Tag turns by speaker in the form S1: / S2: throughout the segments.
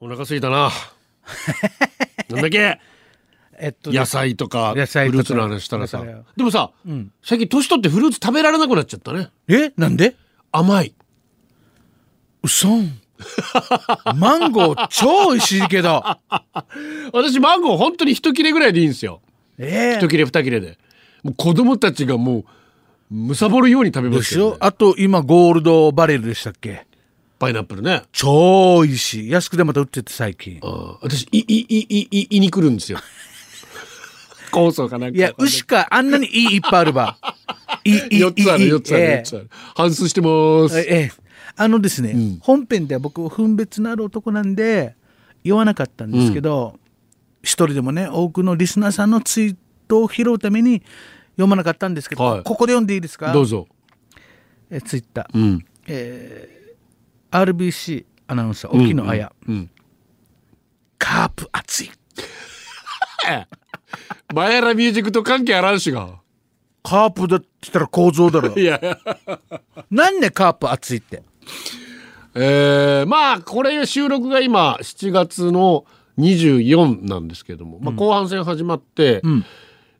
S1: お腹すいた ななんだっけ
S2: えっとね
S1: 野菜とか
S2: 野菜とか
S1: フルーツの話したらさ
S2: だから
S1: でもさ、
S2: ん
S1: 最近年取ってフルーツ食べられなくなっちゃったね
S2: えなんで
S1: 甘いう
S2: そん マンゴー超美味しいけど
S1: 私マンゴー本当に一切れぐらいでいいんですよ
S2: ええ
S1: 一切れ二切れでもう子供たちがもうむさぼるように食べ
S2: ど
S1: ま
S2: う
S1: す
S2: し
S1: よ、
S2: よう
S1: ね、
S2: あと今ゴールドバレルでしたっけ
S1: パイナップルね
S2: 超美味しい安くでまた売ってて最近
S1: あ私いいいいいいいに来るんです よ酵素かなんか
S2: いや牛かあんなにいいいっぱいあ るばいいいい
S1: 4つある
S2: いい
S1: 4つある
S2: え
S1: 4
S2: え
S1: つある反数してます、
S2: ええ、あのですね、本編では僕分別のある男なんで言わなかったんですけど、一人でもね多くのリスナーさんのツイートを拾うために読まなかったんですけど、
S1: はい
S2: ここで読んでいいですか
S1: どうぞ
S2: えツイッター、
S1: うん
S2: ー、RBC アナウンサー沖野綾、
S1: うん
S2: カープ熱い
S1: 前らミュージックと関係あらんしが
S2: カープだって言ったら構造だ ろ
S1: いや
S2: なんでカープ熱いって
S1: えー、まあこれ収録が今7月の24なんですけども、まあ、後半戦始まって
S2: ん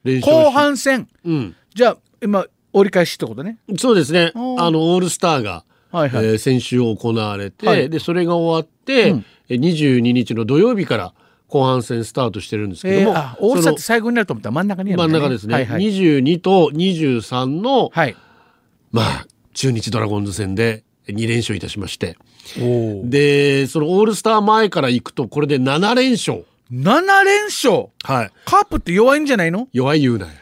S1: 練習をし
S2: 後、半戦
S1: うん、
S2: じゃあ今折り返しってことね
S1: そうですねあ
S2: おー
S1: のオールスターが、
S2: はいはい
S1: えー先週行われて、
S2: はい
S1: でそれが終わって、
S2: うん
S1: えー22日の土曜日から後半戦スタートしてるんですけ
S2: え
S1: ど
S2: ー、
S1: も、
S2: あ大
S1: そ
S2: 阪っ
S1: の
S2: て最後になると思ったら真ん中にやる
S1: 真
S2: ん
S1: ん
S2: だ
S1: 中ですね、
S2: はいはい、
S1: 22と23の、
S2: はい、
S1: まあ中日ドラゴンズ戦で2連勝いたしまして
S2: お
S1: でそのオールスター前から行くとこれで7連勝
S2: 7連勝
S1: はい
S2: カープって弱いんじゃないの
S1: 弱い言うなよ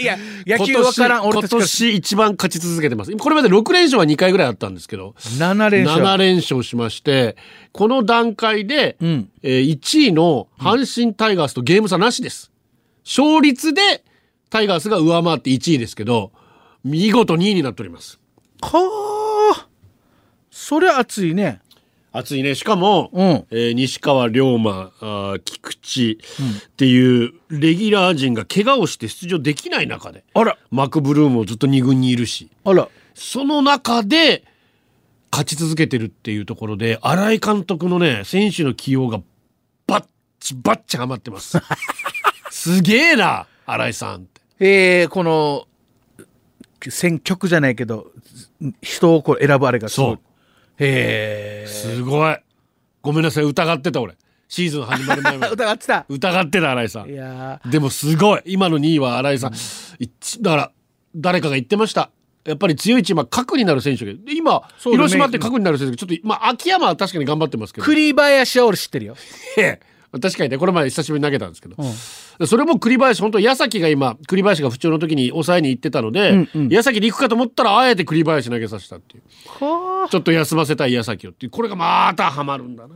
S2: いや野球わからん
S1: 今年
S2: 俺たちか
S1: 今年一番勝ち続けてますこれまで6連勝は2回ぐらいあったんですけど
S2: ら7連勝
S1: 7連勝しましてこの段階で、
S2: うん
S1: え1位の阪神タイガースとゲーム差なしです勝率でタイガースが上回って1位ですけど見事2位になっております
S2: はあそりゃ熱いね
S1: 熱いねしかも、
S2: うん
S1: えー西川龍馬あー菊池っていうレギュラー陣が怪我をして出場できない中で
S2: あら
S1: マクブルームもずっと2軍にいるし
S2: あら
S1: その中で勝ち続けてるっていうところで新井監督のね選手の起用がバッチバッチハマってますすげえな新井さんって
S2: えー、この選曲じゃないけど人をこう選ぶあれがすごい
S1: そう
S2: へえ
S1: すごいごめんなさい疑ってた俺シーズン始まる前まで
S2: 疑ってた
S1: 疑ってた新井さん
S2: いや
S1: でもすごい今の2位は新井さん、一だから誰かが言ってましたやっぱり強いチームは核になる選手がで今、
S2: そうだね
S1: 広島って核になる選手がちょっと、まあ、秋山は確かに頑張ってますけ
S2: ー
S1: ど
S2: 栗林は俺知ってるよ
S1: ええ確かにねこれ前久しぶりに投げたんですけど、それも栗林本当矢崎が今栗林が不調の時に抑えに行ってたので、
S2: うんうん
S1: 矢崎に行くかと思ったらあえて栗林投げさせたっていう
S2: はあ
S1: ちょっと休ませたい矢崎をっていうこれがまたハマるんだな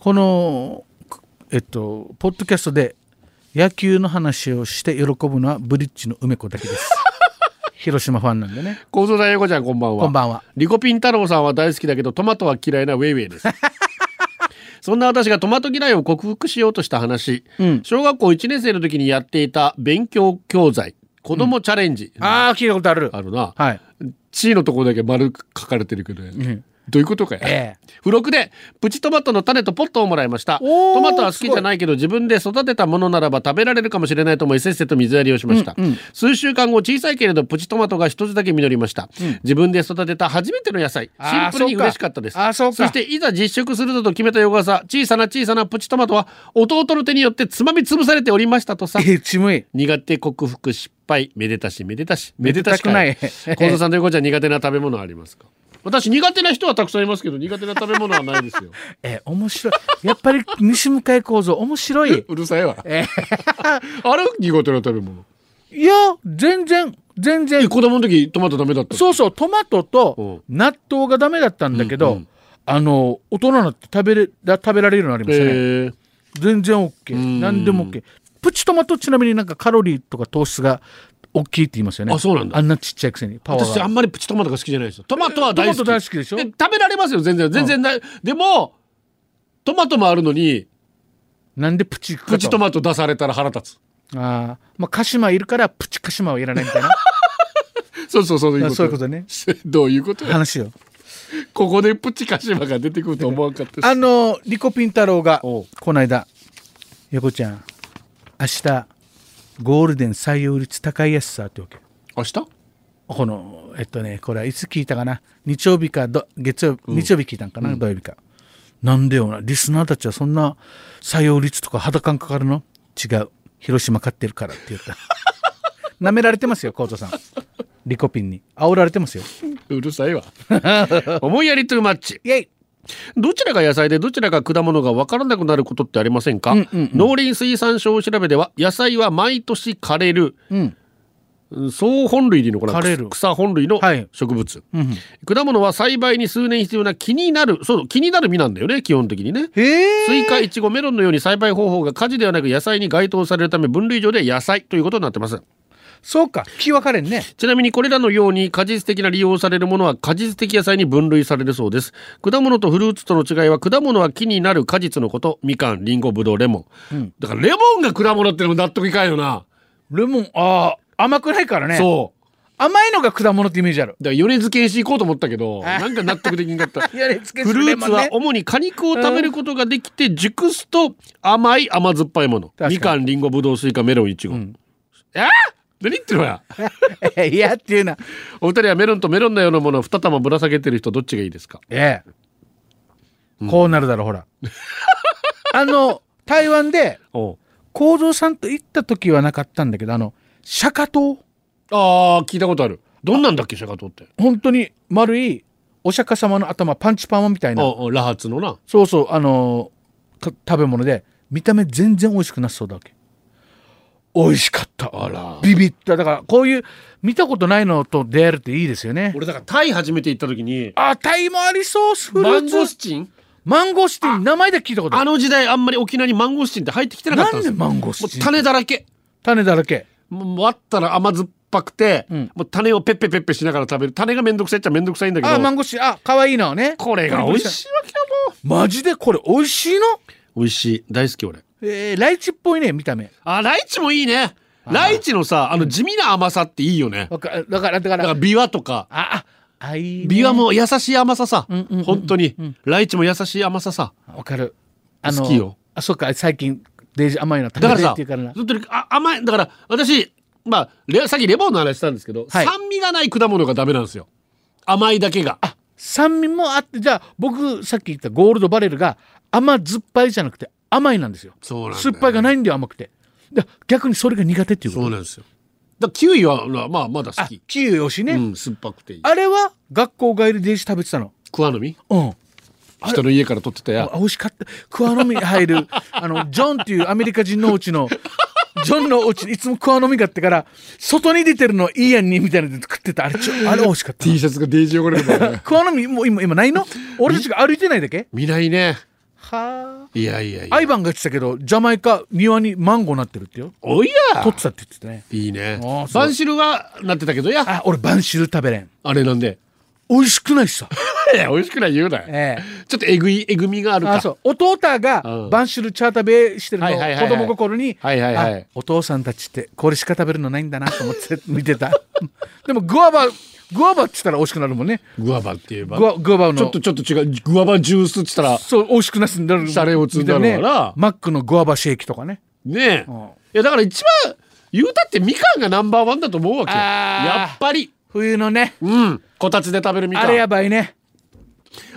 S2: このくえっとポッドキャストで野球の話をして喜ぶのはブリッジの梅子だけです 広島ファンなんでね
S1: 構造大横ちゃんこんばんは
S2: こんばんは
S1: リコピン太郎さんは大好きだけどトマトは嫌いなウェイウェイです そんな私がトマト嫌いを克服しようとした話、
S2: うん
S1: 小学校1年生の時にやっていた勉強教材子供チャレンジ、
S2: ああ聞いたことある
S1: あるな
S2: はい、
S1: 地位のところだけ丸書かれてるけどね、
S2: うん
S1: どういうことかよ、
S2: ええ
S1: 付録でプチトマトの種とポットをもらいました
S2: おー
S1: トマトは好きじゃないけど自分で育てたものならば食べられるかもしれないと思いせっせと水やりをしました、
S2: うんうん
S1: 数週間後小さいけれどプチトマトが一つだけ実りました、自分で育てた初めての野菜
S2: あ
S1: シ
S2: ー
S1: ンプルに
S2: そうか
S1: 嬉しかったです
S2: あーそうか
S1: していざ実食するぞと決めた翌朝小さな小さなプチトマトは弟の手によってつまみ潰されておりましたとさ
S2: えちむい
S1: 苦手克服失敗めでたしめでたしめでたしか
S2: めでた くない
S1: 小僧さんと横ちゃん苦手な食べ物はありますか私苦手な人はたくさんいますけど苦手な食べ物はないですよ
S2: え面白いやっぱり西向井構造面白い
S1: うるさいわ
S2: え
S1: あれ苦手な食べ物
S2: いや全然全
S1: え
S2: 然
S1: 子供の時トマトダメだった
S2: そうそうトマトと
S1: う
S2: 納豆がダメだったんだけど、
S1: うんうん
S2: あの大人になって食べれら食べられるようになりましたね、
S1: えー
S2: 全然 OK
S1: ん
S2: 何でも OK プチトマトちなみになんかカロリーとか糖質が大きいって言いますよね
S1: あそうなんだ
S2: あんなちっちゃいくせにパワー
S1: 私あ
S2: が
S1: んまりプチトマトが好きじゃないですよトマトは大好き
S2: トマト大好きでしょ
S1: 食べられますよ全然全然ない、でもトマトもあるのに
S2: なんでプチ
S1: プチト
S2: マ
S1: マト出されたら腹立
S2: トあーまあ鹿島いるからプチ鹿島はいらないみたいな
S1: つそうそうそういうこと
S2: そういうことね
S1: どういうことよ
S2: 話よ
S1: ここでプチカシマが出てくると思わんかったし
S2: あのリコピン太郎が
S1: おう
S2: この間「横ちゃん明日ゴールデン採用率高いやつさ」ってわけ
S1: 明日
S2: このえっとねこれはいつ聞いたかな日曜日かど月曜日日曜日聞いたんかな、土曜日かなんでよなリスナーたちはそんな採用率とか肌感かかるの違う広島勝ってるからって言った 舐められてますよコートさんリコピンに煽られて ますよ
S1: うるさいわ思いやりトゥーマッチ
S2: イエイ
S1: どちらが野菜でどちらが果物が分からなくなることってありませんか、農林水産省調べでは野菜は毎年枯れる、
S2: ん
S1: うん総本類でいいのかな
S2: 枯れる
S1: 草本類の
S2: はい
S1: 植物、果物は栽培に数年必要な気になるそう気になる実なんだよね基本的にね
S2: へえ
S1: スイカ、イチゴ、メロンのように栽培方法が果樹ではなく野菜に該当されるため分類上では野菜ということになってます。
S2: そうか聞き分かれんね
S1: ちなみにこれらのように果実的な利用されるものは果実的野菜に分類されるそうです。果物とフルーツとの違いは果物は木になる果実のこと、みかん、りんご、ぶどう、レモン。だからレモンが果物ってのも納得いかんよな。
S2: レモンああ甘くないからね
S1: そう。
S2: 甘いのが果物ってイメージある
S1: だから米津玄師行こうと思ったけど、なんか納得できんかった。
S2: やれつけ
S1: フルーツは主に果肉を食べることができて熟すと甘い甘酸っぱいもの
S2: 確かに
S1: みかんりんごぶどうスイカメロンいちご、えー何言ってるのや
S2: いやっていうな
S1: お二人はメロンとメロンのようなものを2玉ぶら下げてる人どっちがいいですか
S2: ええ、こうなるだろう ほらあの台湾で
S1: おう
S2: 幸三さんと行った時はなかったんだけどあの釈迦島
S1: あー聞いたことあるどんなんだっけシャカトって
S2: 本当に丸いお釈迦様の頭パンチパーマみたいな
S1: おうおうラハツのな
S2: そうそうあのか食べ物で見た目全然美味しくなさそうだわけ美味しかった
S1: あら
S2: ビビっただからこういう見たことないのと出会えるっていいですよね
S1: 俺だからタイ初めて行った時に
S2: あタイもありそうフル
S1: マン
S2: ー
S1: ゴ
S2: ツ
S1: スチン
S2: マンゴスティン名前だけ聞いたことあ
S1: あ
S2: る
S1: の時代あんまり沖縄にマンゴスチンって入ってきてなかったんですよ
S2: なんでマンゴスチン
S1: もう種だらけ
S2: 種だらけ
S1: もう割ったら甘酸っぱくて、
S2: うん
S1: もう種をペッペペッペしながら食べる種がめんどくさいっちゃめんどくさいんだけど
S2: あマンゴスティンあ可愛いのね
S1: これが美味しいわけよも
S2: マジでこれ美味しいの
S1: う美味しい大好き俺
S2: えー、ライチっぽいね見た目
S1: あライチもいいねライチのさあの地味な甘さっていいよね
S2: わかだからだ
S1: だか
S2: か
S1: ららビワとか
S2: あああいいね
S1: ビワも優しい甘ささ
S2: んうんうん
S1: 本当にライチも優しい甘ささ
S2: わかる
S1: 好きよ
S2: あそっか最近デージ甘いの食
S1: だか
S2: べ
S1: らさ
S2: てるっていうからな
S1: 本当にあ甘いだから私まあレさっきレモンの話したんですけど
S2: はい
S1: 酸味がない果物がダメなんですよ甘いだけが
S2: 酸味もあってじゃあ僕さっき言ったゴールドバレルが甘酸っぱいじゃなくて甘いなんですよ
S1: そうなんだよ
S2: 酸っぱいがないんだよ甘くてだ逆にそれが苦手っていうこ
S1: そ
S2: と
S1: うなんですよだからキウイはまあまだ好
S2: あ
S1: き
S2: キウイよしね、
S1: うん酸っぱくていい
S2: あれは学校帰りデージ食べてたの
S1: クワの実
S2: うん
S1: 人の家から取ってたや
S2: あ美味しかったクワノミ入る あのジョンっていうアメリカ人のうちのジョンのおうちにいつもクワノミがあってから外に出てるのいいやんにみたいなので食ってたあれちょあれ美味しかった
S1: T シャツがデージ汚れる からね
S2: クワノミもう今今ないの俺たちが歩いてないだけ
S1: 見ないね
S2: はい
S1: やいやいや
S2: アイバンが言ってたけどジャマイカ庭にマンゴーなってるってよ
S1: おいや
S2: 取ってたって言ってたね
S1: いいね
S2: あーそう
S1: バンシルはなってたけどや
S2: あ俺バンシル食べれん
S1: あれなんで
S2: 美味しくないし さ
S1: いや美味しくない言うなよ、
S2: ええ
S1: ちょっとえぐいえぐみがある
S2: あ
S1: か
S2: そうお父
S1: う
S2: が
S1: ん
S2: バンシュルチャータベしてるのを
S1: はいはいはいは
S2: 子
S1: い
S2: 供心に、
S1: はいはいはい
S2: あお父さんたちってこれしか食べるのないんだなと思って見てた でもグアバグアバって言ったら美味しくなるもんね
S1: グアバって言えば
S2: グアグアバの
S1: ちょっとちょっと違うグアバジュースっつったら
S2: そう美味しくなすんだろう
S1: シャレオツになるわな
S2: 見てねマックのグアバシェーキとかね
S1: ねえ、
S2: ん
S1: いやだから一番言うたってみかんがナンバーワンだと思うわけよ
S2: あー
S1: やっぱり
S2: 冬のね
S1: うんこたつで食べるみかん
S2: あれやばいね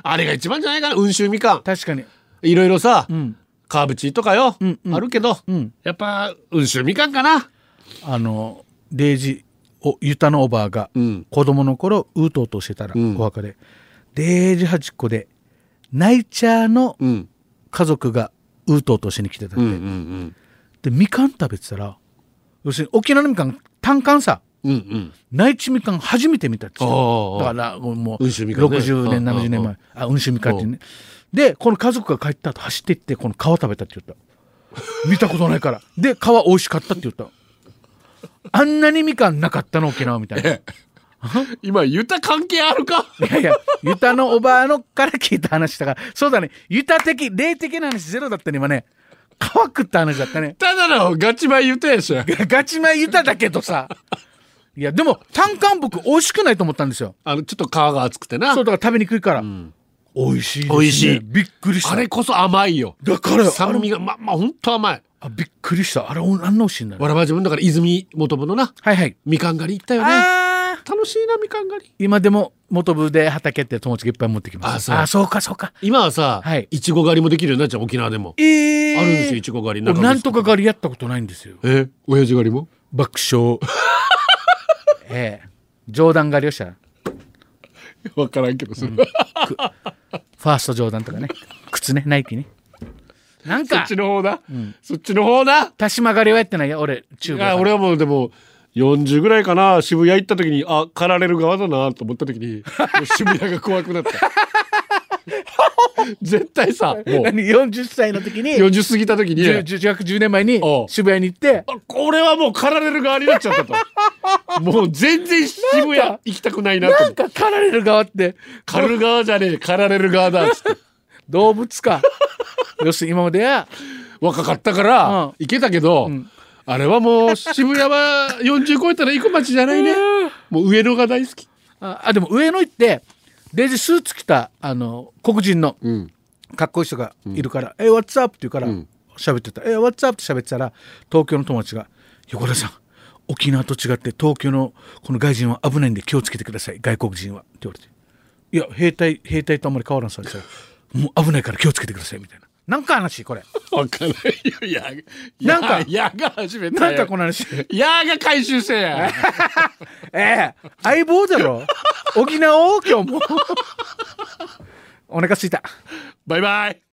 S1: あれが一番じゃないかな温州みかん
S2: 確かに
S1: いろいろさ、
S2: ん
S1: カーブチーとかよ、あるけど、
S2: ん
S1: やっぱ温州みかんかな
S2: あのデイジおユタのおばあが
S1: ん
S2: 子供の頃うーとうとしてたら、
S1: ん
S2: お墓でデイジ端っこでナイチャーの
S1: うん
S2: 家族がうーとうとしに来てた
S1: うんん
S2: で,、でみかん食べてたら要するに沖縄のみかん単管さ
S1: うんうんうん
S2: 内地みかん初めて見たって言ってた
S1: おー
S2: だからもうもう
S1: 温州みかんね
S2: 60年
S1: うんうんうん
S2: 70年前あ温州みかんっていうねでこの家族が帰った後走ってってこの皮食べたって 言った見たことないからで皮美味しかったって言ったあんなにみかんなかったの沖縄みたいない
S1: 今ユタ関係あるか
S2: やいやユタのおばあのから聞いた話だからそうだねユタ的霊的な話ゼロだったね今ね皮食った話だったね
S1: ただのガチバイユタやし。
S2: ガチ前ユタだけどさいやでも単管僕美味しくないと思ったんですよ
S1: あのちょっと皮が厚くてな
S2: そうだから食べにくいから、
S1: ん
S2: 美味しいです、ね、
S1: 美味しい
S2: びっくりした
S1: あれこそ甘いよ
S2: だからよ
S1: 酸味がままあ本当甘い
S2: あびっくりしたあれおあんな美味しいんだね
S1: わらば自分だから泉元部のな
S2: はいはい
S1: みかん狩り行ったよね
S2: あー
S1: 楽しいなみかん狩り
S2: 今でも元部で畑って友達がいっぱい持ってきます
S1: あそう
S2: あそうかそうか
S1: 今はさ、
S2: はい
S1: い、ちご狩りもできるようになっちゃう沖縄でも、
S2: ええ
S1: あるんですよいちご狩り
S2: 俺なんとか
S1: 狩
S2: 狩りやったことないんですよ
S1: りえ親父狩りも
S2: 爆笑 ええ冗談狩りをしたら
S1: 分からんけどそれ、
S2: ファースト冗談とかね靴ねナイキねなん
S1: そっ
S2: か
S1: ちの方だ、そっちの方だ
S2: 田島狩りはやってないよ俺中
S1: いや
S2: 国
S1: 俺はもうでも40ぐらいかな渋谷行った時にあ狩られる側だなと思った時にもう渋谷が怖く なった絶対さもう
S2: 何40歳の時に
S1: 40過ぎた時に
S2: 10 10約10年前に
S1: おう
S2: 渋谷に行って
S1: あこれはもう狩られる側になっちゃったともう全然渋谷行きたくないなと
S2: なんか狩られる側って
S1: 狩る側じゃねえ狩られる側だっつって
S2: 動物か要するに今までは
S1: 若かったから
S2: うん
S1: 行けたけど、
S2: ん
S1: あれはもう渋谷は40超えた ら行く街じゃないねもう上野が大好き、
S2: ああでも上野行ってデイジースーツ着たあの黒人の
S1: うん、
S2: かっこいい人がいるから「え What's up?」って言うから
S1: ん
S2: 喋ってた「え What's up?」って喋ってたら東京の友達が「横田さん沖縄と違って東京のこの外人は危ないんで気をつけてください外国人は」って言われて「いや兵隊兵隊とあんまり変わらんさ」って言ったらもう危ないから気をつけてください」みたいな。なんか話これ。
S1: 分からんよいや
S2: なんか
S1: やが始めた
S2: な
S1: よ
S2: んかこの話。
S1: やが回収せえや
S2: ええ相棒だろ。 沖縄を今日も。お腹すいた。
S1: バイバイ